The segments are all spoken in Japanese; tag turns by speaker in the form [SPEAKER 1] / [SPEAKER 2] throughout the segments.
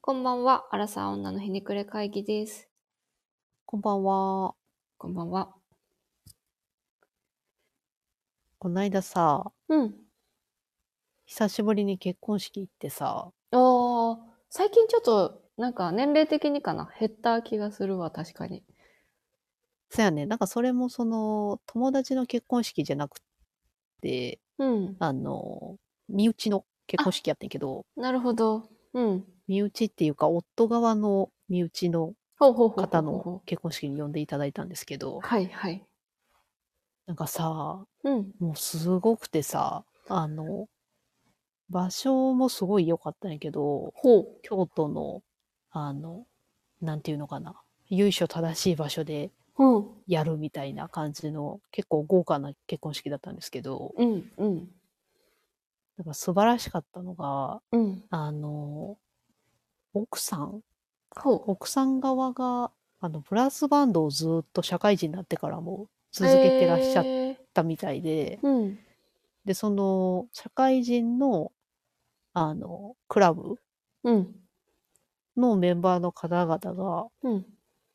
[SPEAKER 1] こんばんは、アラサー女のひねくれ会議です。
[SPEAKER 2] こんばんは。
[SPEAKER 1] こんばんは。
[SPEAKER 2] こないださ、
[SPEAKER 1] うん。
[SPEAKER 2] 久しぶりに結婚式行ってさ、
[SPEAKER 1] ああ、最近ちょっと、なんか年齢的にかな、減った気がするわ、確かに。
[SPEAKER 2] そやね、なんかそれもその、友達の結婚式じゃなくて、
[SPEAKER 1] うん。
[SPEAKER 2] あの、身内の結婚式やってんけど、
[SPEAKER 1] なるほど。うん。
[SPEAKER 2] 身内っていうか、夫側の身内の
[SPEAKER 1] ほうほうほうほうほう。
[SPEAKER 2] 方の結婚式に呼んでいただいたんですけど、
[SPEAKER 1] はいはい。
[SPEAKER 2] なんかさ、
[SPEAKER 1] うん。
[SPEAKER 2] もうすごくてさ、あの、場所もすごい良かったんやけど、
[SPEAKER 1] ほう。
[SPEAKER 2] 京都の、あの、なんていうのかな、由緒正しい場所で
[SPEAKER 1] うん。
[SPEAKER 2] やるみたいな感じの、結構豪華な結婚式だったんですけど、
[SPEAKER 1] うん。うん。
[SPEAKER 2] なんか素晴らしかったのが、
[SPEAKER 1] うん。
[SPEAKER 2] あの、奥さん、
[SPEAKER 1] ほ
[SPEAKER 2] 奥さん側が、あの、ブラスバンドをずっと社会人になってからも続けてらっしゃっ
[SPEAKER 1] へー
[SPEAKER 2] たみたいで、
[SPEAKER 1] うん。
[SPEAKER 2] で、その、社会人の、あの、クラブ
[SPEAKER 1] うん。
[SPEAKER 2] のメンバーの方々が、
[SPEAKER 1] うん。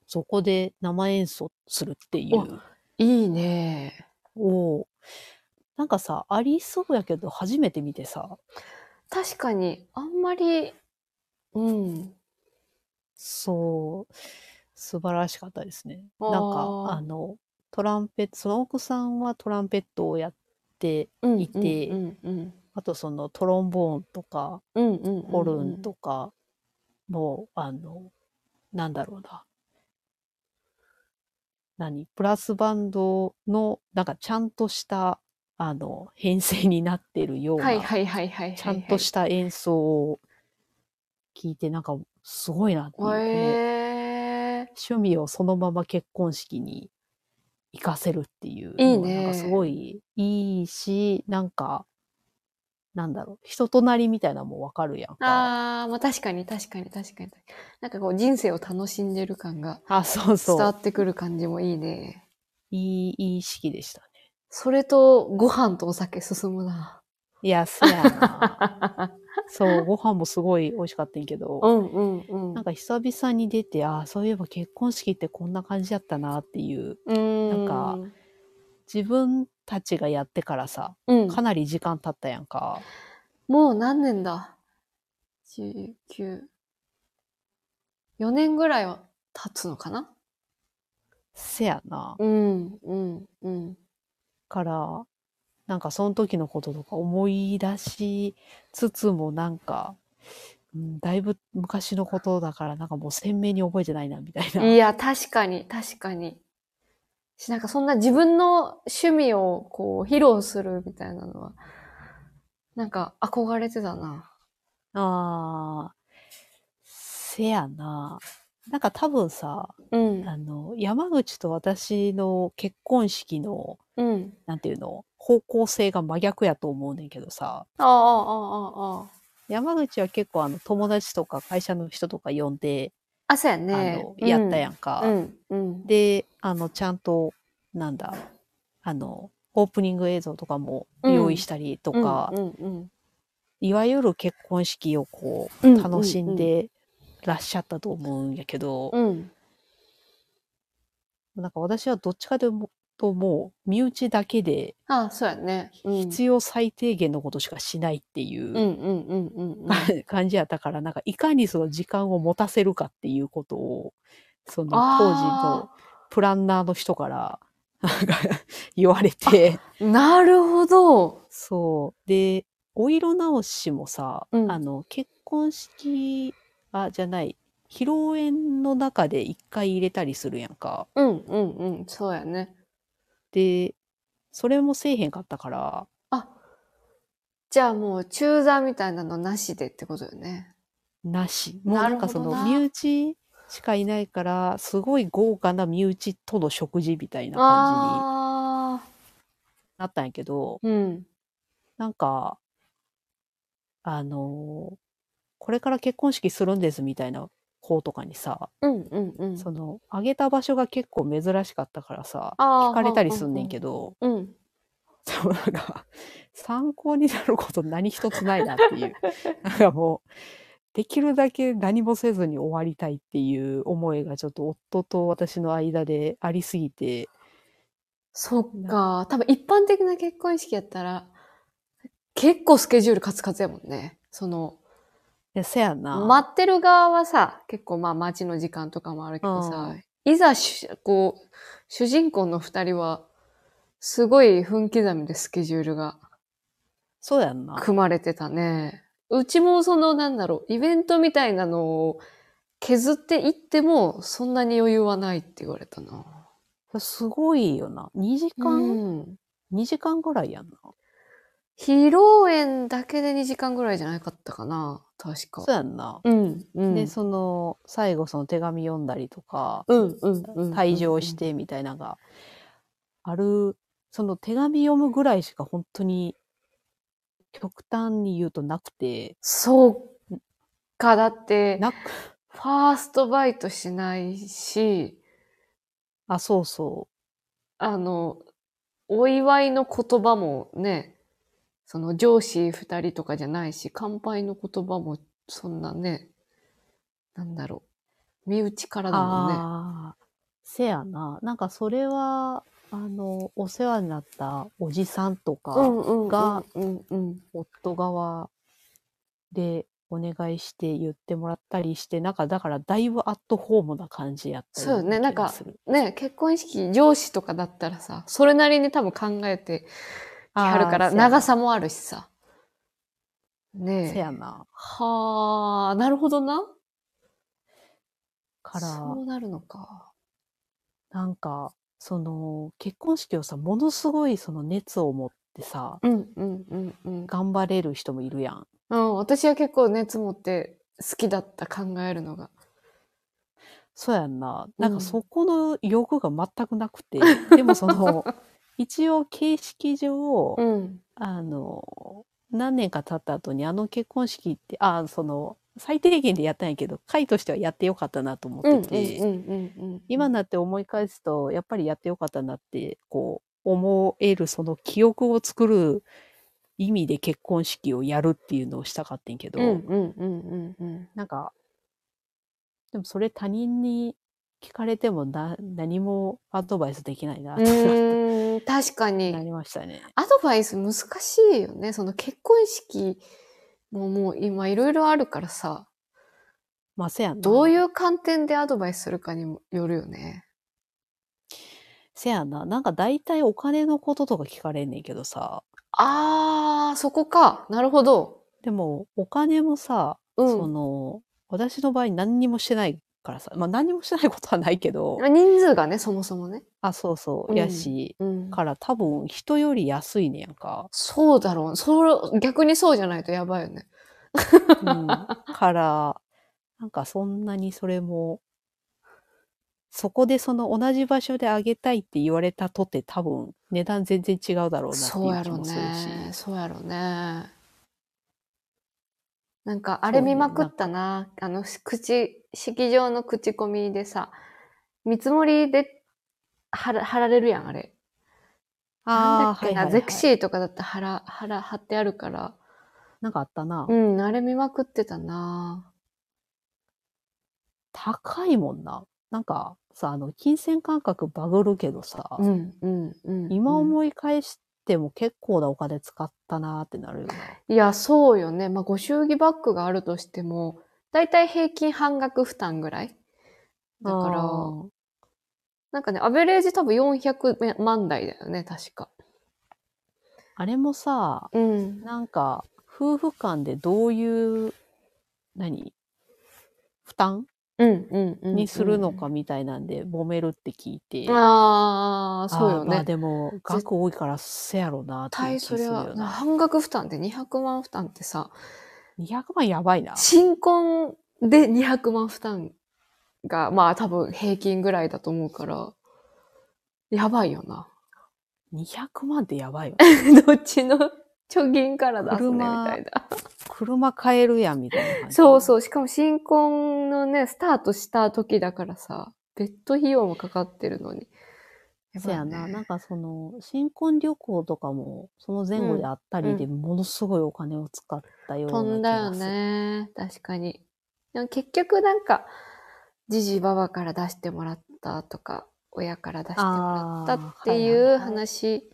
[SPEAKER 2] そこで生演奏するっていう。
[SPEAKER 1] いいね。
[SPEAKER 2] おなんかさ、ありそうやけど、初めて見てさ、
[SPEAKER 1] 確かに、あんまり、うん。
[SPEAKER 2] そう、素晴らしかったですね。
[SPEAKER 1] あ
[SPEAKER 2] な
[SPEAKER 1] ー
[SPEAKER 2] んか、あの、トランペット、その奥さんはトランペットをやって、
[SPEAKER 1] うん
[SPEAKER 2] いて
[SPEAKER 1] うん。うん。
[SPEAKER 2] あとそのトロンボーンとか、
[SPEAKER 1] うん。うんうん。
[SPEAKER 2] ホルンとかの、あの、なんだろうな。何プラスバンドの、なんかちゃんとした、あの、編成になってるような、
[SPEAKER 1] はいはいはいはいはいはい。
[SPEAKER 2] ちゃんとした演奏を聞いて、なんかすごいなっていう、この
[SPEAKER 1] へえ
[SPEAKER 2] 趣味をそのまま結婚式に行かせるっていう
[SPEAKER 1] いい
[SPEAKER 2] のがなん
[SPEAKER 1] ね
[SPEAKER 2] かすごいいいし、なんか、なんだろう、人となりみたいなのもわかるやんか。あ
[SPEAKER 1] あー、まあ確かに確かに確かに。なんかこう人生を楽しんでる感が
[SPEAKER 2] そう
[SPEAKER 1] 伝わ
[SPEAKER 2] そう。
[SPEAKER 1] ってくる感じもいいね。
[SPEAKER 2] いい、いい式でしたね。
[SPEAKER 1] それとご飯とお酒進むな。
[SPEAKER 2] いや、そうやな。そう、ご飯もすごい美味しかったんやけ
[SPEAKER 1] う
[SPEAKER 2] ど、
[SPEAKER 1] んうんうん。
[SPEAKER 2] なんか久々に出て、ああ、そういえば結婚式ってこんな感じだったなっていう、
[SPEAKER 1] うーん、
[SPEAKER 2] なん自分たちがやってからさ、
[SPEAKER 1] うん、
[SPEAKER 2] かなり時間経ったやんか。
[SPEAKER 1] もう何年だ ?19。4年ぐらいは経つのかな
[SPEAKER 2] せやな。
[SPEAKER 1] うんうんうん。
[SPEAKER 2] から、なんかその時のこととか思い出しつつもなんか、うん、だいぶ昔のことだからなんかもう鮮明に覚えてないなみたいな。
[SPEAKER 1] いや、確かに、確かに。し、なんかそんな自分の趣味をこう、披露するみたいなのは、なんか憧れてたな。
[SPEAKER 2] あー、せやな。なんか多分さ、
[SPEAKER 1] うん。
[SPEAKER 2] あの、山口と私の結婚式の、
[SPEAKER 1] うん。
[SPEAKER 2] なんていうの、方向性が真逆やと思うねんけどさ、
[SPEAKER 1] ああ、ああ、ああ。
[SPEAKER 2] 山口は結構あの友達とか会社の人とか呼んで、
[SPEAKER 1] あ、そうや
[SPEAKER 2] あ
[SPEAKER 1] ね
[SPEAKER 2] の、。やった
[SPEAKER 1] ん
[SPEAKER 2] やんか。
[SPEAKER 1] うん。うん。
[SPEAKER 2] で、あの、ちゃんと、なんだ、あの、オープニング映像とかも用意したりと
[SPEAKER 1] うん
[SPEAKER 2] か、
[SPEAKER 1] うんうん
[SPEAKER 2] いわゆる結婚式をこ
[SPEAKER 1] うん。
[SPEAKER 2] う、楽しんでらっしゃったと思うんやけど、
[SPEAKER 1] うん。うん。
[SPEAKER 2] なんか私はどっちかでも、ともう、身内だけで
[SPEAKER 1] ああ、そうやね。うん。
[SPEAKER 2] 必要最低限のことしかしないっていうう、
[SPEAKER 1] んうんうんうん うん。
[SPEAKER 2] 感じやったから、なんかいかにその時間を持たせるかっていうことを、その当時の
[SPEAKER 1] あ
[SPEAKER 2] プランナーの人から、なんか 言われて、
[SPEAKER 1] あ、なるほど。
[SPEAKER 2] そう。で、お色直しもさ、
[SPEAKER 1] うん
[SPEAKER 2] あの、結婚式、あ、じゃない、披露宴の中で一回入れたりするやんか。
[SPEAKER 1] うんうんうん。そうやね。
[SPEAKER 2] で、それもせえへんかったから、
[SPEAKER 1] あ、じゃあもう中座みたいなのなしでってことよね。
[SPEAKER 2] なし。もうなんかその、
[SPEAKER 1] なるほど
[SPEAKER 2] 身
[SPEAKER 1] な
[SPEAKER 2] 内しかいないから、すごい豪華な身内との食事みたいな感じに
[SPEAKER 1] あ
[SPEAKER 2] なったんやけど、
[SPEAKER 1] あ、うん。
[SPEAKER 2] なんか、あのーこれから結婚式するんですみたいな子とかにさ、
[SPEAKER 1] うんうんうん。
[SPEAKER 2] その、あげた場所が結構珍しかったからさ、
[SPEAKER 1] あー
[SPEAKER 2] 聞かれたりすんねんけど、
[SPEAKER 1] うん。
[SPEAKER 2] そうなん か、参考になること何一つないなっていう。なんかもう、できるだけ何もせずに終わりたいっていう思いがちょっと夫と私の間でありすぎて、
[SPEAKER 1] そっか。多分一般的な結婚式やったら、結構スケジュールカツカツやもんね。その、
[SPEAKER 2] いやせやな。
[SPEAKER 1] 待ってる側はさ、結構まあ待ちの時間とかもあるけどさ、いざし、こう、主人公の二人は、すごい分刻みでスケジュールが
[SPEAKER 2] そうやんな。
[SPEAKER 1] 組まれてたね。うちもその、なんだろう、イベントみたいなのを削っていっても、そんなに余裕はないって言われたな。
[SPEAKER 2] すごいよな。2時間、
[SPEAKER 1] うん。
[SPEAKER 2] 二時間ぐらいやんな。
[SPEAKER 1] 披露宴だけで2時間ぐらいじゃなかったかな。確か。
[SPEAKER 2] そうやんな。
[SPEAKER 1] うん。うん。
[SPEAKER 2] で、その、最後その手紙読んだりとか、
[SPEAKER 1] うんうんうん。
[SPEAKER 2] 退場し
[SPEAKER 1] うん。
[SPEAKER 2] てみたいなのがある、その手紙読むぐらいしか本当に、極端に言うとなくて、
[SPEAKER 1] そうか。だって、
[SPEAKER 2] なく、
[SPEAKER 1] ファーストバイトしないし、
[SPEAKER 2] あ、そうそ
[SPEAKER 1] あの、お祝いの言葉もね、その上司二人とかじゃないし、乾杯の言葉もそんなね、なんだろう、身内か
[SPEAKER 2] う。
[SPEAKER 1] らだもんね。
[SPEAKER 2] ああ、せやな。なんかそれは、あの、お世話になったおじさんとか、
[SPEAKER 1] うんうんうん
[SPEAKER 2] が
[SPEAKER 1] うんうん。
[SPEAKER 2] 夫側でお願いして言ってもらったりして、なんかだからだいぶアットホームな感じやった
[SPEAKER 1] そうよね
[SPEAKER 2] 気
[SPEAKER 1] なんか
[SPEAKER 2] がする
[SPEAKER 1] ね、結婚式上司とかだったらさ、それなりに多分考えてきはるから、
[SPEAKER 2] あーせやな
[SPEAKER 1] 長さもあるしさ。ね
[SPEAKER 2] せ
[SPEAKER 1] え。
[SPEAKER 2] やな。
[SPEAKER 1] はあ、なるほどな。
[SPEAKER 2] か
[SPEAKER 1] そ
[SPEAKER 2] ら、
[SPEAKER 1] うなるのか。
[SPEAKER 2] なんか、その、結婚式をさ、ものすごいその熱を持ってさ、
[SPEAKER 1] うんうんうんうん。
[SPEAKER 2] 頑張れる人もいるやん。
[SPEAKER 1] うん、私は結構熱持って好きだった考えるのが。
[SPEAKER 2] そうやんな。なん
[SPEAKER 1] う
[SPEAKER 2] か
[SPEAKER 1] ん
[SPEAKER 2] そこの欲が全く なくて、でもその、一応形式上、
[SPEAKER 1] ん。
[SPEAKER 2] あの、何年か経った後にあの結婚式って、あ、その、最低限でやったんやけど、会としてはやってよかったなと思
[SPEAKER 1] うんうん
[SPEAKER 2] っ
[SPEAKER 1] うん
[SPEAKER 2] てて、
[SPEAKER 1] うんうん。
[SPEAKER 2] 今になって思い返すと、やっぱりやってよかったなって、こう、思える、その記憶を作る意味で結婚式をやるっていうのをしたかってんけど、
[SPEAKER 1] うんうんうんうんうん。
[SPEAKER 2] なんか、でもそれ他人に聞かれてもな何もアドバイスできないなっ
[SPEAKER 1] う
[SPEAKER 2] て
[SPEAKER 1] ーん、確か
[SPEAKER 2] な
[SPEAKER 1] に。
[SPEAKER 2] りましたね。
[SPEAKER 1] アドバイス難しいよね。その結婚式ももう今いろいろあるからさ、
[SPEAKER 2] まあ、せやんな。
[SPEAKER 1] どういう観点でアドバイスするかにもよるよね。
[SPEAKER 2] せやな。なんか大体お金のこととか聞かれんねんけどさ。
[SPEAKER 1] あー、そこか。なるほど。
[SPEAKER 2] でも、お金もさ、
[SPEAKER 1] うん
[SPEAKER 2] その、私の場合何にもしてないからさ。まあ何にもしてないことはないけど、
[SPEAKER 1] 人数がね、そもそもね。
[SPEAKER 2] あ、そうそうう、
[SPEAKER 1] ん
[SPEAKER 2] やし、
[SPEAKER 1] うん。。
[SPEAKER 2] から多分人より安いねやんか
[SPEAKER 1] そうだろう。それ、逆にそうじゃないとやばいよね。
[SPEAKER 2] うん、 から、なんかそんなにそれも、そこでその同じ場所であげたいって言われたとて多分値段全然違うだろうなって
[SPEAKER 1] そう
[SPEAKER 2] い
[SPEAKER 1] や
[SPEAKER 2] う気
[SPEAKER 1] ろ
[SPEAKER 2] もするし。
[SPEAKER 1] ね。そうやろね。なんか、あれ見まくったな。あの、口、式場の口コミでさ、見積もりで貼ら貼られるやん、あれ。なんだ
[SPEAKER 2] あ
[SPEAKER 1] っ
[SPEAKER 2] あー、
[SPEAKER 1] け
[SPEAKER 2] はいはい、
[SPEAKER 1] な、
[SPEAKER 2] はい。
[SPEAKER 1] ゼクシーとかだったら貼ら、貼ら、貼ってあるから。
[SPEAKER 2] なんかあったな。
[SPEAKER 1] うん、あれ見まくってたな。
[SPEAKER 2] 高いもんな。なんかさ、あの、金銭感覚バグるけどさ、
[SPEAKER 1] うん、うん、うん。
[SPEAKER 2] 今
[SPEAKER 1] う
[SPEAKER 2] 思い返しても結構なお金使ったなーってなるよな。
[SPEAKER 1] んいや、そうよね。まあ、ご祝儀バッグがあるとしても、だいたい平均半額負担ぐらい。だから、
[SPEAKER 2] あー
[SPEAKER 1] なんかね、アベレージ多分400万台だよね、確か。
[SPEAKER 2] あれもさ、
[SPEAKER 1] うん。
[SPEAKER 2] なんか、夫婦間でどういう、何負担
[SPEAKER 1] うん、うん、うん。
[SPEAKER 2] にするのか。みたいなんで、揉めるって聞いて。
[SPEAKER 1] ああ、そうよ
[SPEAKER 2] あーまあ
[SPEAKER 1] ね。
[SPEAKER 2] でも、額多いからせやろなっていう
[SPEAKER 1] 大
[SPEAKER 2] 気
[SPEAKER 1] そ
[SPEAKER 2] する
[SPEAKER 1] れ
[SPEAKER 2] よ
[SPEAKER 1] は、
[SPEAKER 2] な。
[SPEAKER 1] 半額負担って200万負担ってさ、
[SPEAKER 2] 200万やばいな。
[SPEAKER 1] 新婚で200万負担が、まあ多分平均ぐらいだと思うから、やばいよな。
[SPEAKER 2] 200万ってやば いよ。
[SPEAKER 1] どっちの貯金から出すね、み
[SPEAKER 2] 車
[SPEAKER 1] たいな。
[SPEAKER 2] 車買えるやんみたいな感じ。
[SPEAKER 1] そうそう。しかも新婚のね、スタートした時だからさ、別途費用もかかってるのに。や
[SPEAKER 2] そ
[SPEAKER 1] ばい
[SPEAKER 2] や
[SPEAKER 1] よね
[SPEAKER 2] な、なんかその、新婚旅行とかも、その前後であったりで、ものすごいお金を使ったような
[SPEAKER 1] 飛ん
[SPEAKER 2] 気
[SPEAKER 1] だよ
[SPEAKER 2] がする。
[SPEAKER 1] ね。確かに。でも結局なんか、じじばばから出してもらったとか、親から出してもらったってい
[SPEAKER 2] あ
[SPEAKER 1] う
[SPEAKER 2] ーはいはいは
[SPEAKER 1] 話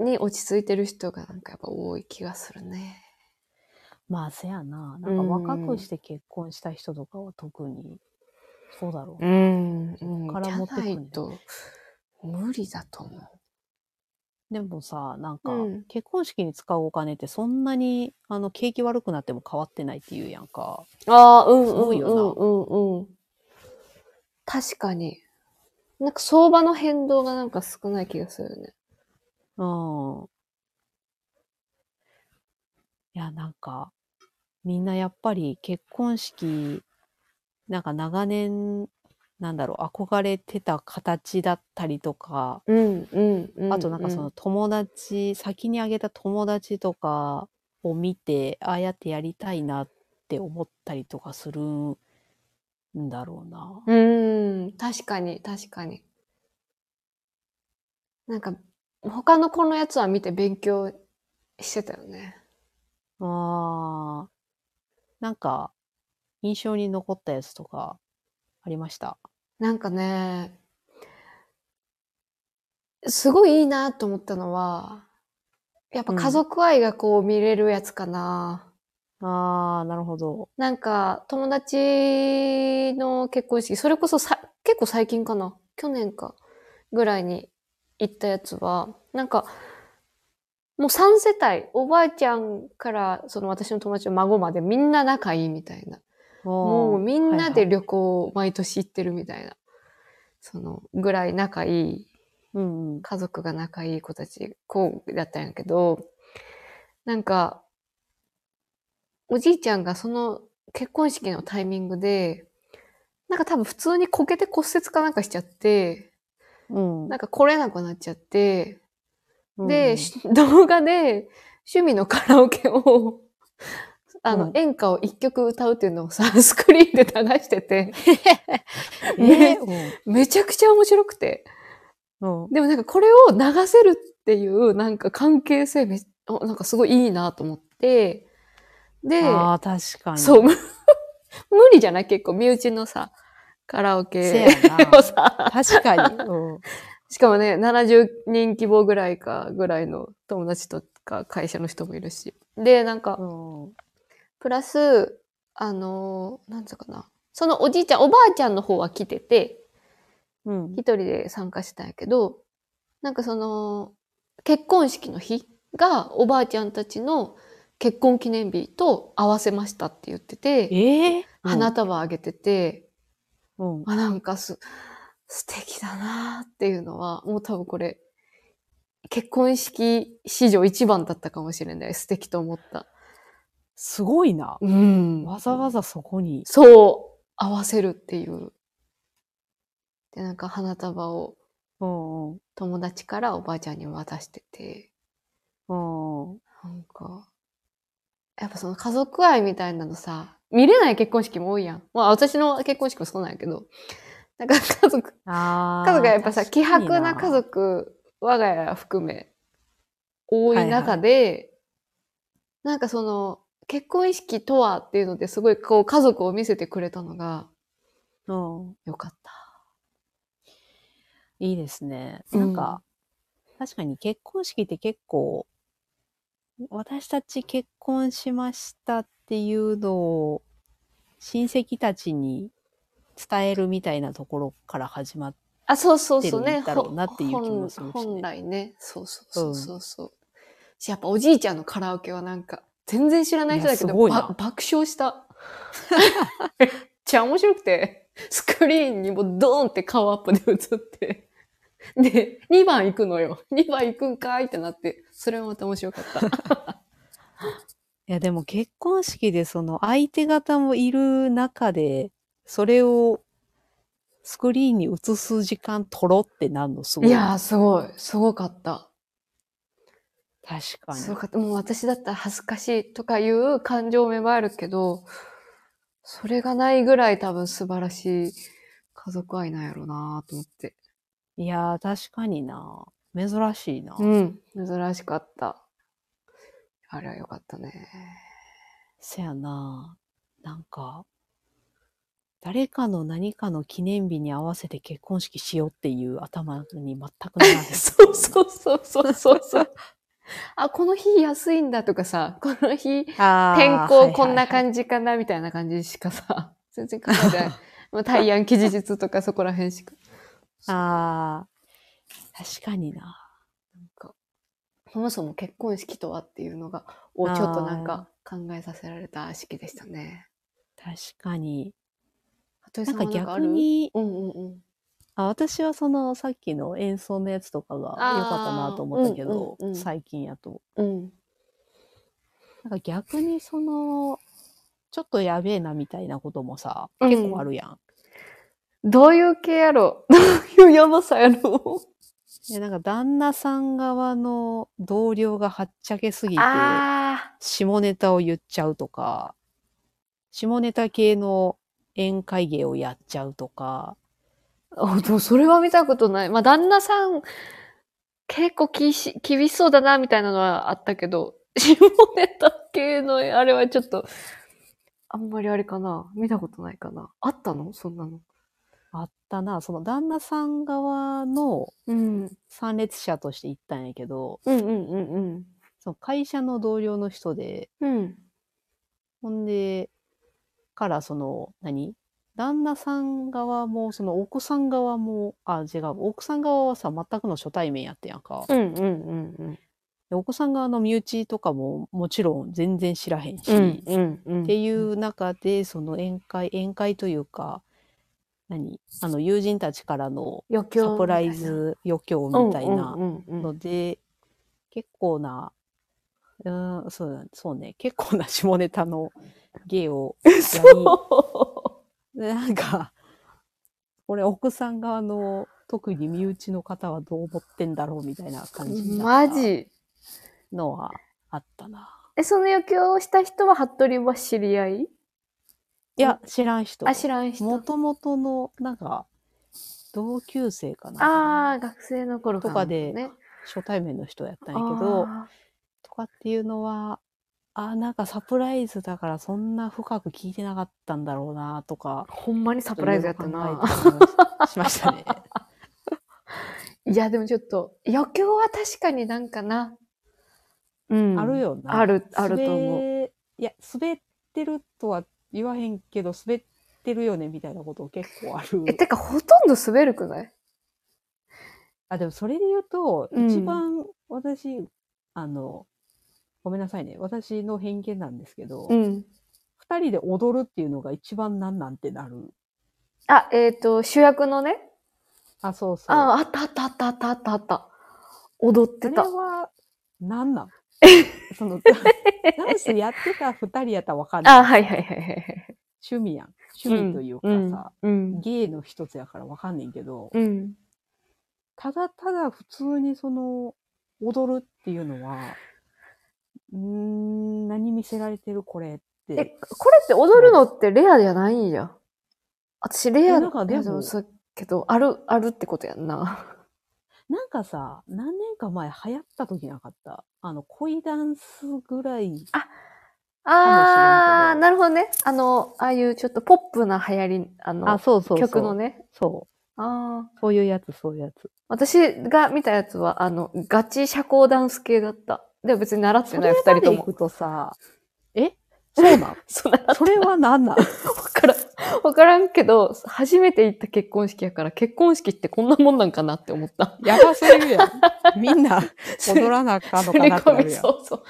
[SPEAKER 1] に落ち着いてる人がなんかやっぱ多い気がするね。
[SPEAKER 2] まあせやな。なんか若くして結婚した人とかは特に、そうだろう。
[SPEAKER 1] ん。
[SPEAKER 2] そっから
[SPEAKER 1] じゃ
[SPEAKER 2] 持ってくん
[SPEAKER 1] な
[SPEAKER 2] だよ
[SPEAKER 1] いと、無理だと思う。
[SPEAKER 2] でもさ、なんか
[SPEAKER 1] うん、
[SPEAKER 2] 結婚式に使うお金ってそんなに、あの、景気悪くなっても変わってないっていうやんか。
[SPEAKER 1] ああ、うん、
[SPEAKER 2] すご
[SPEAKER 1] うん、、
[SPEAKER 2] いうよなん
[SPEAKER 1] うん、うん。確かに。なんか相場の変動がなんか少ない気がするよね。
[SPEAKER 2] うん。いや、なんか、みんなやっぱり結婚式、なんか長年、なんだろう、憧れてた形だったりとか、
[SPEAKER 1] うん、うん、う
[SPEAKER 2] あとなんかその、友達、先にあげた友達とかを見て、ああやってやりたいなって思ったりとかするんだろうな。
[SPEAKER 1] うーん、確かに、確かに。なんか、他の子のやつは見て勉強してたよね。
[SPEAKER 2] ああ、なんか印象に残ったやつとかありました。
[SPEAKER 1] なんかね、すごいいいなと思ったのは、やっぱ家族愛がこう見れるやつかな。
[SPEAKER 2] ああ、なるほど。
[SPEAKER 1] なんか、友達の結婚式、それこそさ、結構最近かな。去年か。ぐらいに行ったやつは、なんか、もう3世帯、おばあちゃんから、その私の友達の孫までみんな仲いいみたいな。も
[SPEAKER 2] も
[SPEAKER 1] うみんなで旅行毎年行ってるみたいな。そのぐらい仲いい
[SPEAKER 2] うんうん。
[SPEAKER 1] 家族が仲いい子たち、こうだったんやけど、なんか、おじいちゃんがその結婚式のタイミングで、なんか多分普通にこけて骨折かなんかしちゃって、
[SPEAKER 2] うん
[SPEAKER 1] なんか来れなくなっちゃって、
[SPEAKER 2] うん
[SPEAKER 1] で、し 動画で趣味のカラオケを、あの、
[SPEAKER 2] うん
[SPEAKER 1] 演歌を一曲歌うっていうのをさ、スクリーンで流してて、
[SPEAKER 2] うんえー
[SPEAKER 1] めちゃくちゃ面白くて。
[SPEAKER 2] うんうん
[SPEAKER 1] でもなんかこれを流せるっていうなんか関係性め、おなんかすごいいいなと思って、で、
[SPEAKER 2] ああ、確かに。
[SPEAKER 1] そう、む 無理じゃない結構、身内のさ、カラオ
[SPEAKER 2] せ
[SPEAKER 1] ケ
[SPEAKER 2] や な
[SPEAKER 1] を。さ、
[SPEAKER 2] 確かに。 うん
[SPEAKER 1] しかもね、70人規模ぐらいかぐらいの友達とか会社の人もいるし。で、なんか、
[SPEAKER 2] うん。
[SPEAKER 1] プラス、あのーなんつうかな。そのおじいちゃん、おばあちゃんの方は来てて、
[SPEAKER 2] うん
[SPEAKER 1] 一。人で参加したんやけど、なんかその、結婚式の日がおばあちゃんたちの結婚記念日と合わせましたって言ってて、
[SPEAKER 2] ええ
[SPEAKER 1] 花束あげてて、
[SPEAKER 2] うん。うん
[SPEAKER 1] あ、なんかす、素敵だなーっていうのは、もう多分これ、結婚式史上一番だったかもしれない。素敵と思った。
[SPEAKER 2] すごいな。
[SPEAKER 1] うん。
[SPEAKER 2] わざわざそこに。
[SPEAKER 1] そう、合わせるっていう。で、なんか花束を
[SPEAKER 2] うんうん。
[SPEAKER 1] 友達からおばあちゃんに渡してて、
[SPEAKER 2] うん。
[SPEAKER 1] なんか、やっぱその家族愛みたいなのさ、見れない結婚式も多いやん。まあ私の結婚式もそうなんやけど、なんか家族、
[SPEAKER 2] ああ。
[SPEAKER 1] 家族がやっぱさ、
[SPEAKER 2] 確
[SPEAKER 1] 希
[SPEAKER 2] かに
[SPEAKER 1] 薄な家。族、我が家含め、多い中で、なんかその、結婚式とはっていうのですごいこう家族を見せてくれたのが
[SPEAKER 2] うん。
[SPEAKER 1] 良かった。
[SPEAKER 2] いいですね。
[SPEAKER 1] うん
[SPEAKER 2] なんか、確かに結婚式って結構、私たち結婚しましたっていうのを親戚たちに伝えるみたいなところから始まって、
[SPEAKER 1] あ、そうそうそうね。
[SPEAKER 2] 出るんだろうなっていう気もするしね
[SPEAKER 1] ほん本来ね。そうそうそうそうそう、しやっぱおじいちゃんのカラオケはなんか、全然知らない人だけ
[SPEAKER 2] いや
[SPEAKER 1] ど、
[SPEAKER 2] すごいな
[SPEAKER 1] ば爆笑した。めっちゃ面白くて、スクリーンにもうドーンって顔アップで映って。で、2番行くのよ。2番行くんかいってなって、それもまた面白かった。
[SPEAKER 2] いやでも結婚式でその相手方もいる中で、それをスクリーンに映す時間取ろうってなんのすごい。
[SPEAKER 1] いやー、すごい。すごかった。
[SPEAKER 2] 確か
[SPEAKER 1] すご
[SPEAKER 2] に。
[SPEAKER 1] かった。もう私だったら恥ずかしいとかいう感情芽生えるけど、それがないぐらい多分素晴らしい家族愛なんやろうなと思って。
[SPEAKER 2] いやー確かにな。珍しいな。
[SPEAKER 1] うん。珍しかった。あれは良かったね。
[SPEAKER 2] せやな。なんか、誰かの何かの記念日に合わせて結婚式しようっていう頭に全くならない。
[SPEAKER 1] そうそうそうそうそうそう。 あ、この日安いんだとかさ、この日 天
[SPEAKER 2] 天
[SPEAKER 1] 候こんな
[SPEAKER 2] じ。
[SPEAKER 1] 感じかなみたいな感じしかさ、全然考え てない。まあ、大安期日とかそこら辺しか。
[SPEAKER 2] ああ、確かにな。
[SPEAKER 1] なんかそもそも結婚式とはっていうのが、をちょっとなんか考えさせられた式でしたね。
[SPEAKER 2] 確かに。
[SPEAKER 1] 鳩井
[SPEAKER 2] な
[SPEAKER 1] さ
[SPEAKER 2] ん
[SPEAKER 1] んは
[SPEAKER 2] か
[SPEAKER 1] なんかあ
[SPEAKER 2] 逆
[SPEAKER 1] る
[SPEAKER 2] に、
[SPEAKER 1] うんうんうん。
[SPEAKER 2] あ私はそのさっきの演奏のやつとかが良かったなと思ったけど、
[SPEAKER 1] あーうんうんうん
[SPEAKER 2] 最近やと。
[SPEAKER 1] うん。
[SPEAKER 2] なんか逆にその、ちょっとやべえなみたいなこともさ、
[SPEAKER 1] うん
[SPEAKER 2] 結構あるやん。
[SPEAKER 1] どういう系やろ どういうやばさやろ
[SPEAKER 2] でなんか旦那さん側の同僚がはっちゃけすぎて、
[SPEAKER 1] あ
[SPEAKER 2] 下ネタを言っちゃうとか、下ネタ系の宴会芸をやっちゃうとか、
[SPEAKER 1] あ。でもそれは見たことない。まあ旦那さん、結構きし厳しそうだなみたいなのはあったけど、 下ネタ系のあれはちょっと、あんまりあれかな。見たことないかな。あったのそんなの。
[SPEAKER 2] あったな、その旦那さん側の
[SPEAKER 1] うん。
[SPEAKER 2] 参列者として行ったんやけど、
[SPEAKER 1] うんうんうんうん。
[SPEAKER 2] その会社の同僚の人で、
[SPEAKER 1] うん。
[SPEAKER 2] ほんで、からその、何旦那さん側も、その奥さん側も、あ、違う、奥さん側はさ、全くの初対面やってやんか。
[SPEAKER 1] うんうんうんうん。
[SPEAKER 2] で奥さん側の身内とかももちろん全然知らへんし、
[SPEAKER 1] うんうん。
[SPEAKER 2] っていう中で、その宴会、宴会というか、何あの、友人たちからの
[SPEAKER 1] 余興みたいな。
[SPEAKER 2] サプライズ余興みたいな
[SPEAKER 1] うんうんうんうん
[SPEAKER 2] ので、結構な、うーん、そうだ、そうね、結構な下ネタの芸をやり、でなんか、これ奥さん側の特に身内の方はどう思ってんだろうみたいな感じにな
[SPEAKER 1] マ
[SPEAKER 2] った
[SPEAKER 1] ジ
[SPEAKER 2] のはあったな。
[SPEAKER 1] え、その余興をした人は、服部は知り合い
[SPEAKER 2] いや、知らん人。
[SPEAKER 1] あ、知らん人。
[SPEAKER 2] もともとの、なんか、同級生かな。
[SPEAKER 1] ああ、学生の頃
[SPEAKER 2] とかで
[SPEAKER 1] ね。
[SPEAKER 2] 初対面の人やったん
[SPEAKER 1] だ
[SPEAKER 2] やけど、とかっていうのは、あーなんかサプライズだからそんな深く聞いてなかったんだろうなとか、
[SPEAKER 1] ほんまにサプライズやったな。
[SPEAKER 2] ちょっといろいろ考えたりしましたね。
[SPEAKER 1] いや、でもちょっと、余興は確かになんかな。うん
[SPEAKER 2] ある。よな。
[SPEAKER 1] ある、あると思う。
[SPEAKER 2] う。いや、滑ってるとは言わへんけど、滑ってるよねみたいなこと結構ある
[SPEAKER 1] え、。てか、ほとんど滑るくない
[SPEAKER 2] あ、でもそれで言うと、
[SPEAKER 1] うん
[SPEAKER 2] 一番私、あの、ごめんなさいね。私の偏見なんですけど、
[SPEAKER 1] ん。
[SPEAKER 2] 二人で踊るっていうのが一番なんなんてなる。
[SPEAKER 1] あ、えっと、主役のね。
[SPEAKER 2] あ、そうそう。
[SPEAKER 1] あ、あったあったあったあったあったあった。踊ってた
[SPEAKER 2] あれ。は、なんなん その、ダンスやってた二人やったらわかんない。
[SPEAKER 1] あ、はいはいはいはい。
[SPEAKER 2] 趣味やん。 趣味というかさ、
[SPEAKER 1] うん。
[SPEAKER 2] 芸の一つやからわかんねんけど、
[SPEAKER 1] うん。
[SPEAKER 2] ただただ普通にその、踊るっていうのは、うーん、何見せられてるこれっ
[SPEAKER 1] え、
[SPEAKER 2] て。
[SPEAKER 1] これって踊るのってレアじゃないんや。私、レア
[SPEAKER 2] えなんかでも
[SPEAKER 1] レアもそうけど、ある、あるってことやんな。
[SPEAKER 2] なんかさ、何年か前流行った時なかった。あの、恋ダンスぐらい。
[SPEAKER 1] あー、
[SPEAKER 2] かもしれんけど
[SPEAKER 1] なるほどね。あの、ああいうちょっとポップな流行り、あの、
[SPEAKER 2] そうそ
[SPEAKER 1] 曲の。ね。
[SPEAKER 2] そう。
[SPEAKER 1] あー。
[SPEAKER 2] そういうやつ、そういうやつ。
[SPEAKER 1] 私が見たやつは、あの、ガチ社交ダンス系だった。でも別に習って
[SPEAKER 2] そ
[SPEAKER 1] ない、
[SPEAKER 2] れ
[SPEAKER 1] 二
[SPEAKER 2] ま
[SPEAKER 1] 人と
[SPEAKER 2] で行
[SPEAKER 1] も。
[SPEAKER 2] くとさ、えそうなん
[SPEAKER 1] そうな、
[SPEAKER 2] それは何なん
[SPEAKER 1] わからん。わからんけど、初めて行った結婚式やから、結婚式ってこんなもんなんかなって思った。
[SPEAKER 2] やばすぎるや ん。みんな踊らなあかんのかなってなるやん。
[SPEAKER 1] そうそう。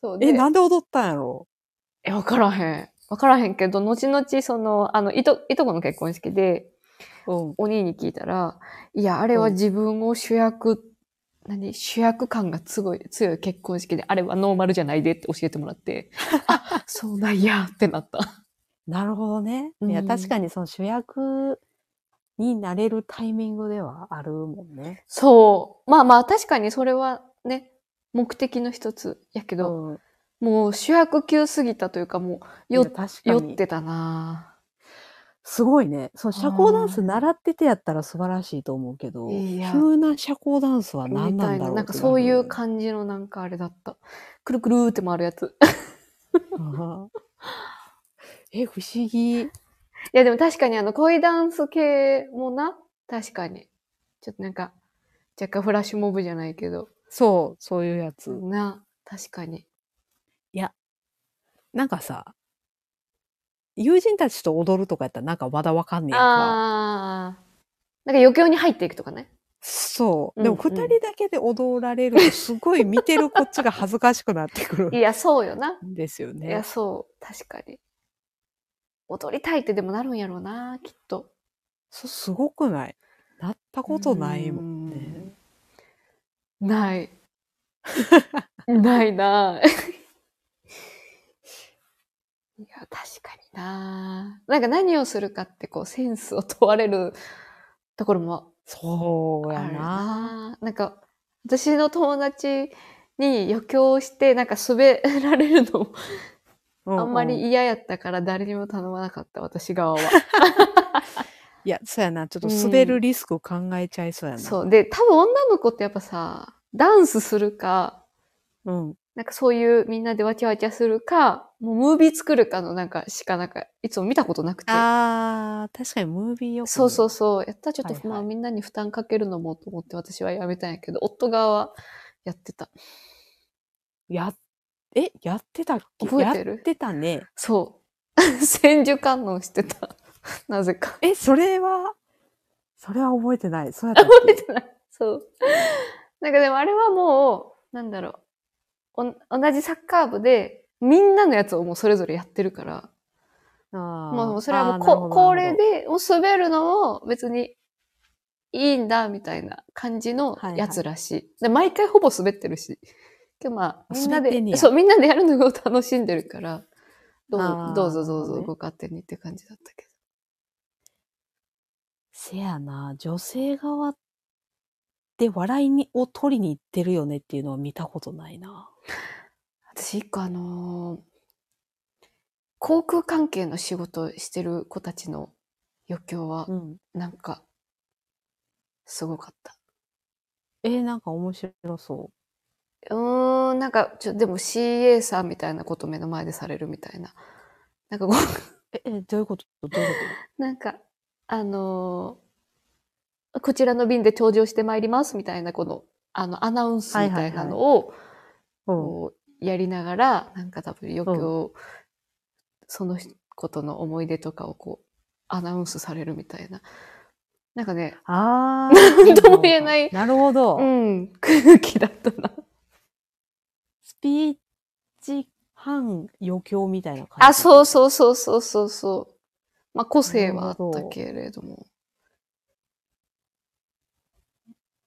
[SPEAKER 1] そうで
[SPEAKER 2] え、なんで踊ったんやろ
[SPEAKER 1] え、わからへん。わからへんけど、後々、その、あの、いと、いとこの結婚式で、
[SPEAKER 2] うん。
[SPEAKER 1] お兄に聞いたら、いや、あれは自分を主役、何主役感がすごい強い結婚式で、あれはノーマルじゃないでって教えてもら って、あ、そうなんやってなった。
[SPEAKER 2] なるほどね。
[SPEAKER 1] うん
[SPEAKER 2] いや、確かにその主役になれるタイミングではあるもんね。
[SPEAKER 1] そう。まあまあ、確かにそれはね、目的の一つやけ
[SPEAKER 2] う
[SPEAKER 1] ど、
[SPEAKER 2] ん。
[SPEAKER 1] もう主役級すぎたというか、もう、
[SPEAKER 2] いや
[SPEAKER 1] よ、
[SPEAKER 2] 確か
[SPEAKER 1] 酔
[SPEAKER 2] に
[SPEAKER 1] っ。てたな
[SPEAKER 2] すごいね。その社交ダンス習っててやったら素晴らしいと思うけど、
[SPEAKER 1] いや
[SPEAKER 2] 急な社交ダンスは
[SPEAKER 1] みた
[SPEAKER 2] 何
[SPEAKER 1] い
[SPEAKER 2] なんだろう
[SPEAKER 1] な
[SPEAKER 2] っ
[SPEAKER 1] んか
[SPEAKER 2] てる
[SPEAKER 1] そういう感じのなん かあれだった。くるくるーって回るやつ。
[SPEAKER 2] うん え、不思議。
[SPEAKER 1] いや、でも確かにあの、恋ダンス系もな、確かに。ちょっとなんか、若干フラッシュモブじゃないけど、
[SPEAKER 2] そう、そういうやつ。
[SPEAKER 1] な、確かに。
[SPEAKER 2] なんかさ、友人たちと踊るとかやったらなんかまだわかんねえやんか。
[SPEAKER 1] ああ。なんか余興に入っていくとかね。
[SPEAKER 2] そう。
[SPEAKER 1] うん
[SPEAKER 2] で
[SPEAKER 1] うん
[SPEAKER 2] も二人だけで踊られるとすごい見てるこっちが恥ずかしくなってく
[SPEAKER 1] い
[SPEAKER 2] る
[SPEAKER 1] や、そうよな。
[SPEAKER 2] んですよ
[SPEAKER 1] いや、
[SPEAKER 2] ね。
[SPEAKER 1] そう。確かに。踊りたいってでもなるんやろうな、きっと。
[SPEAKER 2] そすごくないなったことないもん。
[SPEAKER 1] ん
[SPEAKER 2] ね
[SPEAKER 1] ない。ないな。 いや、確かにな。なんか何をするかってこうセンスを問われるところも
[SPEAKER 2] そうや
[SPEAKER 1] ある
[SPEAKER 2] な。
[SPEAKER 1] な。なんか私の友達に余興をしてなんか滑られるのも
[SPEAKER 2] うう
[SPEAKER 1] あんまり嫌やったから誰にも頼まなかった私側は。
[SPEAKER 2] いや、そうやな。ちょっと滑るリスクを考えちゃいそうやな。
[SPEAKER 1] そう。で、多分女の子ってやっぱさ、ダンスするか、
[SPEAKER 2] うん。
[SPEAKER 1] なんかそういうみんなでわちゃわちゃするか、もうムービー作るかのなんかしかなんか、いつも見たことなくて。
[SPEAKER 2] あー、確かにムービーよく。
[SPEAKER 1] そうそうそう。やったらちょっと、
[SPEAKER 2] はいはい
[SPEAKER 1] まあみんなに負担かけるのもと思って私はやめたんやけど、夫側はやってた。
[SPEAKER 2] や、え、やってたっけ
[SPEAKER 1] 覚えてる
[SPEAKER 2] やってたね。
[SPEAKER 1] そう。 千手観音してた。 なぜか。
[SPEAKER 2] え、それは、それは覚えてない。そうやったっ
[SPEAKER 1] 覚え
[SPEAKER 2] け
[SPEAKER 1] てない。そう。なんかでもあれはもう、なんだろう。おん同じサッカー部で、みんなのやつをもうそれぞれやってるから。
[SPEAKER 2] あー
[SPEAKER 1] もうそれはもう
[SPEAKER 2] あ
[SPEAKER 1] こ
[SPEAKER 2] ー
[SPEAKER 1] 恒例
[SPEAKER 2] なるほど
[SPEAKER 1] で、もう滑るのも別にいいんだみたいな感じのやつらしい。で毎回ほぼ滑ってるし。でまあ、みんな
[SPEAKER 2] 滑ってんね
[SPEAKER 1] で、
[SPEAKER 2] や
[SPEAKER 1] そう、みんなでやるのを楽しんでるから、ど
[SPEAKER 2] あ
[SPEAKER 1] う
[SPEAKER 2] ー
[SPEAKER 1] どうぞどう
[SPEAKER 2] なるほど
[SPEAKER 1] ぞ
[SPEAKER 2] ね
[SPEAKER 1] ご勝手にって感じだったけ
[SPEAKER 2] せやな、女性側で笑いにを取りに行ってるよねっていうのは見たことないな。
[SPEAKER 1] ど。私、一個あのー航空関係の仕事してる子たちの余興は、
[SPEAKER 2] ん。
[SPEAKER 1] なんか、すごかった。
[SPEAKER 2] えーなんか面白そう
[SPEAKER 1] ーん、なんか、ちょ、でも CA さんみたいなこと目の前でされるみたいな。なんかこう、
[SPEAKER 2] う。え、えどういうことどういうこと
[SPEAKER 1] なんか、あのーこちらの便で搭乗してまいりますみたいな、この、あの、アナウンスみたいなのを、
[SPEAKER 2] うん
[SPEAKER 1] こう、やりながら、なんか多分余興、そのことの思い出とかをこう、アナウンスされるみたいな。なんかね、
[SPEAKER 2] あ ー。
[SPEAKER 1] なんとも言えない
[SPEAKER 2] なるほど。
[SPEAKER 1] うん、 空気だったな。
[SPEAKER 2] スピーチ半余興みたいな感じ。。
[SPEAKER 1] あ、そううそうそうそうそうそう。まあ、個性はあったけれども。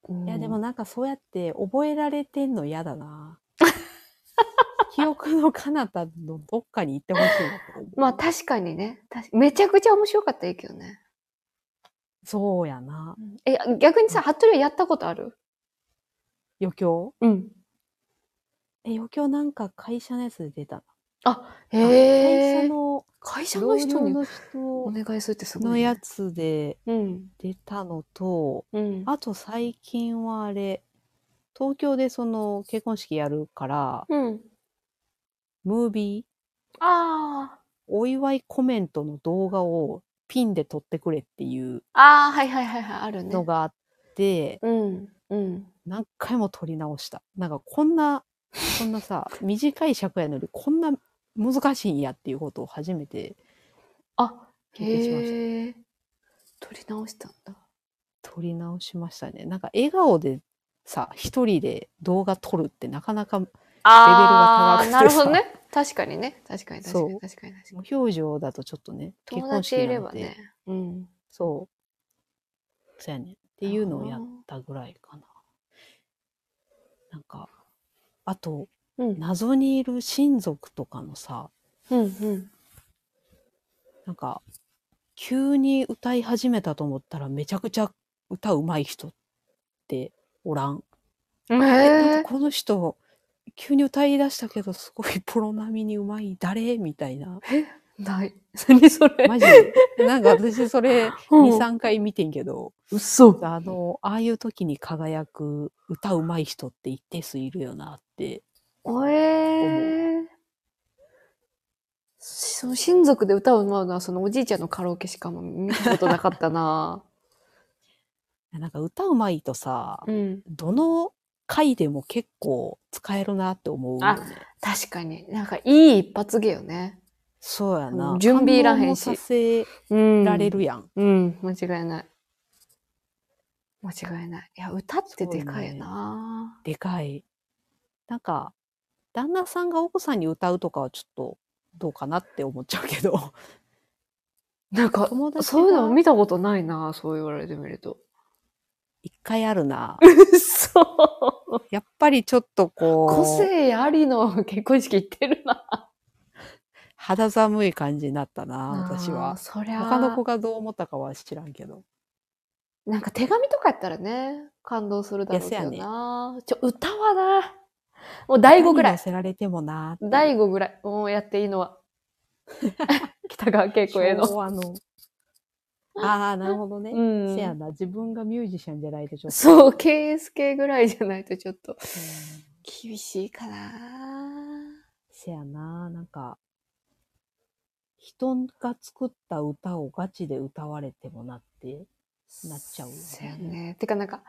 [SPEAKER 2] いや、でも
[SPEAKER 1] うん
[SPEAKER 2] なんかそうやって覚えられてんの嫌 だな。記憶の彼方のどっかに行ってほしいなと思う。
[SPEAKER 1] まあ確かにね。確かめちゃくちゃ面白かったらいいけどね。
[SPEAKER 2] そうやな。
[SPEAKER 1] え、逆にさ、服部はやったことある
[SPEAKER 2] 余興
[SPEAKER 1] うん。
[SPEAKER 2] え、余興なんか会社のやつで出たな。
[SPEAKER 1] へ
[SPEAKER 2] 会社
[SPEAKER 1] え。
[SPEAKER 2] の
[SPEAKER 1] 会社
[SPEAKER 2] 同
[SPEAKER 1] の人
[SPEAKER 2] 僚
[SPEAKER 1] に
[SPEAKER 2] の
[SPEAKER 1] お
[SPEAKER 2] 人
[SPEAKER 1] 願いするってすごい、ね。
[SPEAKER 2] のやつで
[SPEAKER 1] うん。
[SPEAKER 2] 出たのと、
[SPEAKER 1] うん。
[SPEAKER 2] あと最近はあれ、東京でその結婚式やるから、
[SPEAKER 1] うん。
[SPEAKER 2] ムービー、
[SPEAKER 1] あ
[SPEAKER 2] お祝いコメントの動画をピンで撮ってくれっていう
[SPEAKER 1] あ。ああ、はいはいはいはい、あるね
[SPEAKER 2] の。があって、
[SPEAKER 1] うん。うん。
[SPEAKER 2] 何回も撮り直した。なんかこんな、こんなさ、短い尺やのにこんな難しいんやっていうことを初めて
[SPEAKER 1] あ、
[SPEAKER 2] 経験しました。
[SPEAKER 1] へえ。取り直したんだ。
[SPEAKER 2] 撮り直しましたね。なんか笑顔でさ、一人で動画撮るってなかなか無
[SPEAKER 1] あ
[SPEAKER 2] レベルが高くて
[SPEAKER 1] ー
[SPEAKER 2] さ
[SPEAKER 1] なるほどね。確かにね。確かに確か
[SPEAKER 2] そ
[SPEAKER 1] に
[SPEAKER 2] う
[SPEAKER 1] 確かに確かに。
[SPEAKER 2] 表情だとちょっとね、
[SPEAKER 1] 友達いればね。うん。
[SPEAKER 2] そう。そうやね。っていうのをやったぐらいかな。なんか、あと、
[SPEAKER 1] うん。
[SPEAKER 2] 謎にいる親族とかのさ、
[SPEAKER 1] うんうん。
[SPEAKER 2] なんか、急に歌い始めたと思ったらめちゃくちゃ歌うまい人っておらん。えな
[SPEAKER 1] へ
[SPEAKER 2] んかこの人、急に歌い出したけど、すごいプロ並みにうまい、誰みたいな。
[SPEAKER 1] え。ない。何それ。
[SPEAKER 2] マジで。なんか私 それ、
[SPEAKER 1] うん
[SPEAKER 2] 2、3回見てんけど、
[SPEAKER 1] 嘘。
[SPEAKER 2] あの、ああいう時に輝く歌うまい人って一定数いるよなって。
[SPEAKER 1] おえー。その親族で歌を歌うのは、そのおじいちゃんのカラオケしかも見たことなかったな
[SPEAKER 2] なんか歌 うまいとさ、
[SPEAKER 1] うん。
[SPEAKER 2] どの回でも結構使えるなって思うよね。
[SPEAKER 1] 確かに。なんか、いい一発芸よね。
[SPEAKER 2] そうやな
[SPEAKER 1] う。ん準備いらへんし
[SPEAKER 2] 感動もさせ
[SPEAKER 1] うん
[SPEAKER 2] られるやん。
[SPEAKER 1] うん、間違いない。間違いない。いや、歌ってでかいな、
[SPEAKER 2] でかい。なんか、旦那さんがお子さんに歌うとかはちょっとどうかなって思っちゃうけ ど。
[SPEAKER 1] なんか、
[SPEAKER 2] 友達 が
[SPEAKER 1] そういうの見たことないなそう言われてみると。
[SPEAKER 2] 一回あるな。
[SPEAKER 1] そう。
[SPEAKER 2] やっぱりちょっとこう。
[SPEAKER 1] 個性ありの結婚式行ってるな。
[SPEAKER 2] 肌寒い感じになったな、私
[SPEAKER 1] あー
[SPEAKER 2] は。
[SPEAKER 1] そりゃ、
[SPEAKER 2] 他の子がどう思ったかは知らんけど。
[SPEAKER 1] なんか手紙とかやったらね、感動するだろうけど
[SPEAKER 2] いや
[SPEAKER 1] な、ちょ、歌はなもう第5ぐら
[SPEAKER 2] 何に
[SPEAKER 1] い
[SPEAKER 2] 乗。せられてもなーって。
[SPEAKER 1] 第5ぐらい。もうやっていいの は。北川景子への。
[SPEAKER 2] 昭 和の。ああ、なるほどね。
[SPEAKER 1] うん
[SPEAKER 2] せやな、自分がミュージシャンじゃないでしょ。
[SPEAKER 1] そう、KSK ぐらいじゃないとちょっと
[SPEAKER 2] うん
[SPEAKER 1] 厳しいかな
[SPEAKER 2] せやな、なんか、人が作った歌をガチで歌われてもなって。なっちゃうよね
[SPEAKER 1] そやね。てかなんか、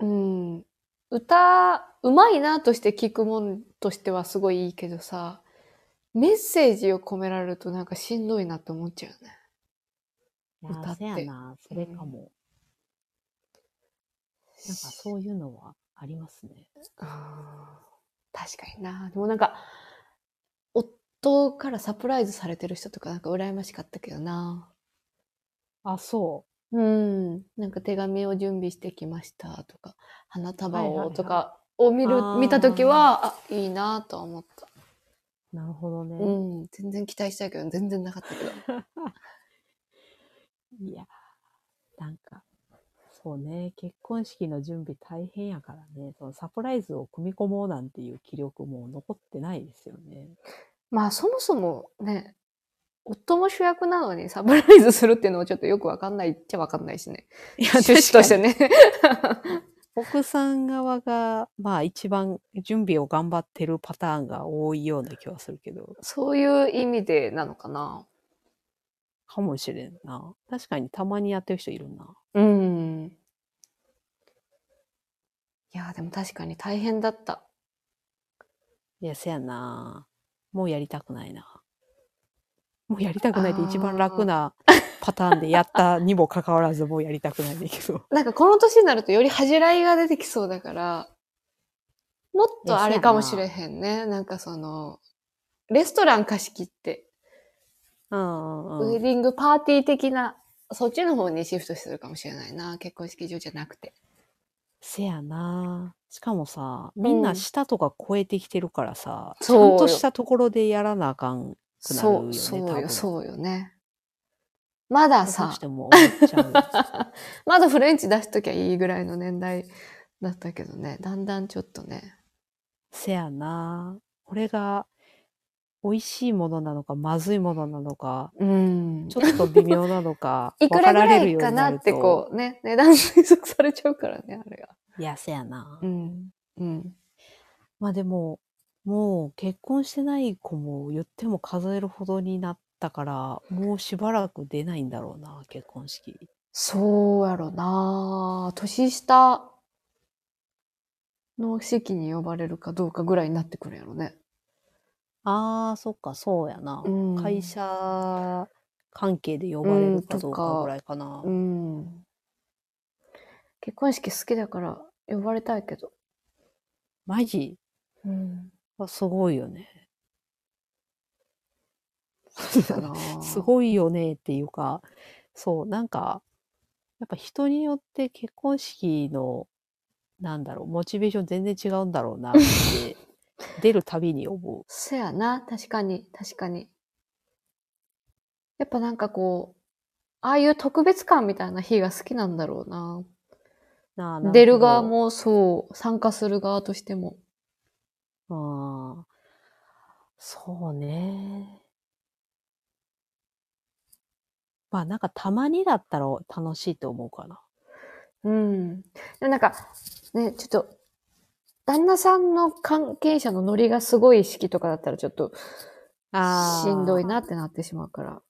[SPEAKER 1] うん、歌、うまいなとして聞くもんとしてはすごいいいけどさ、メッセージを込められるとなんかしんどいなって思っちゃうよね。
[SPEAKER 2] いやー
[SPEAKER 1] 歌って
[SPEAKER 2] せやな、それかも。なんかそういうのはありますね。
[SPEAKER 1] あー確かにな。でもなんか、夫からサプライズされてる人とかなんか羨ましかったけどな。
[SPEAKER 2] あ、そ
[SPEAKER 1] うん。なんか手紙を準備してきましたとか、花束
[SPEAKER 2] はいはい
[SPEAKER 1] を
[SPEAKER 2] はい
[SPEAKER 1] とかを見る、
[SPEAKER 2] あー
[SPEAKER 1] 見たときは、あ、いいなとは思った。
[SPEAKER 2] う。なるほどね。
[SPEAKER 1] うん。全然期待したけど、全然なかったけど。
[SPEAKER 2] いやー、なんか、そうね、結婚式の準備大変やからね、そのサプライズを組み込もうなんていう気力も残ってないですよね。
[SPEAKER 1] まあそもそもね、夫も主役なのにサプライズするっていうのもちょっとよくわかんないっちゃわかんないし ね。
[SPEAKER 2] いや
[SPEAKER 1] 趣旨としてね。
[SPEAKER 2] 奥さん側が、まあ一番準備を頑張ってるパターンが多いような気はするけど、
[SPEAKER 1] そういう意味でなのかな。
[SPEAKER 2] かもしれんな。確かにたまにやってる人いるな。
[SPEAKER 1] うん。いや、でも確かに大変だった。
[SPEAKER 2] いや、せやな。もうやりたくないな。もうやりたくないって一番楽なパターンでやったにもかかわらず、もうやりたくないんだけど。
[SPEAKER 1] なんかこの年になるとより恥じらいが出てきそうだから、もっとあれかもしれへんね。なんかその、レストラン貸し切って、
[SPEAKER 2] うんうんうん
[SPEAKER 1] ウェディングパーティー的な、そっちの方にシフトするかもしれないな。結婚式場じゃなくて。
[SPEAKER 2] せやなしかもさ、みん
[SPEAKER 1] う
[SPEAKER 2] なん舌とか超えてきてるからさ、ち
[SPEAKER 1] そう
[SPEAKER 2] ゃ
[SPEAKER 1] よ
[SPEAKER 2] んとしたところでやらなあかんくなるよ
[SPEAKER 1] そう、
[SPEAKER 2] ね、
[SPEAKER 1] そ
[SPEAKER 2] 多
[SPEAKER 1] う
[SPEAKER 2] 分
[SPEAKER 1] よ、そうよね。まだ
[SPEAKER 2] どう
[SPEAKER 1] さ
[SPEAKER 2] し、ても思っちゃう。
[SPEAKER 1] まだフレンチ出しときゃいいぐらいの年代だったけどね。だんだんちょっとね。
[SPEAKER 2] せやなこれが、美味しいものなのか、まずいものなのか、
[SPEAKER 1] うん、
[SPEAKER 2] ちょっと微妙なのか
[SPEAKER 1] いくらぐ
[SPEAKER 2] 分かられる
[SPEAKER 1] い
[SPEAKER 2] よう
[SPEAKER 1] か
[SPEAKER 2] に
[SPEAKER 1] な
[SPEAKER 2] る
[SPEAKER 1] って
[SPEAKER 2] と
[SPEAKER 1] こうね、値段推測されちゃうからね、あれが。
[SPEAKER 2] いや、せやな、
[SPEAKER 1] うん。うん。
[SPEAKER 2] まあでも、もう結婚してない子も言っても数えるほどになったから、もうしばらく出ないんだろうな、結婚式。
[SPEAKER 1] そうやろな年下の席に呼ばれるかどうかぐらいになってくるやろね。
[SPEAKER 2] ああ、そっか、そうやな。
[SPEAKER 1] うん
[SPEAKER 2] 会社関係で呼ばれるかどうかぐらいかな。
[SPEAKER 1] うん。結婚式好きだから呼ばれたいけど。
[SPEAKER 2] マジ
[SPEAKER 1] うん。
[SPEAKER 2] はすごいよね。
[SPEAKER 1] だな
[SPEAKER 2] すごいよねっていうか、そう、なんか、やっぱ人によって結婚式の、なんだろう、モチベーション全然違うんだろうな って、出るたびに思う。
[SPEAKER 1] そやな、確かに、確かに。やっぱなんかこう、ああいう特別感みたいな日が好きなんだろうな。
[SPEAKER 2] なあな
[SPEAKER 1] 出る側
[SPEAKER 2] ほど
[SPEAKER 1] もそう、参加する側としても。
[SPEAKER 2] ああ、そうね。まあなんかたまにだったら楽しいと思うかな。
[SPEAKER 1] うん。でもなんか、ね、ちょっと、旦那さんの関係者のノリがすごい式とかだったらちょっと
[SPEAKER 2] あー
[SPEAKER 1] しんどいなってなってしまうから、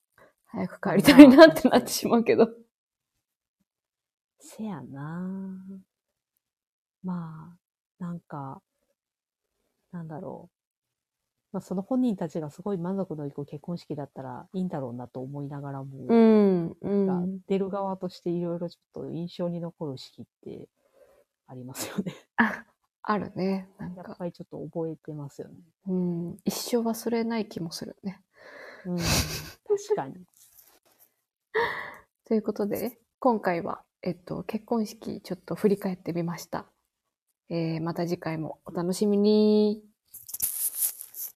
[SPEAKER 1] 早く帰りたいなってなってしまうけど。
[SPEAKER 2] せやなまあ、なんか、なんだろう。まあ、その本人たちがすごい満足のいく結婚式だったらいいんだろうなと思いながらも、
[SPEAKER 1] うん、う
[SPEAKER 2] が
[SPEAKER 1] ん。
[SPEAKER 2] 出る側としていろいろちょっと印象に残る式ってありますよね。
[SPEAKER 1] あ、あるね。なん
[SPEAKER 2] やっ
[SPEAKER 1] か、
[SPEAKER 2] ぱりちょっと覚えてますよね。
[SPEAKER 1] うん、一生忘れない気もするね。
[SPEAKER 2] うん、確かに。
[SPEAKER 1] ということで、今回は、えっと、結婚式ちょっと振り返ってみました。えーまた次回もお楽しみに。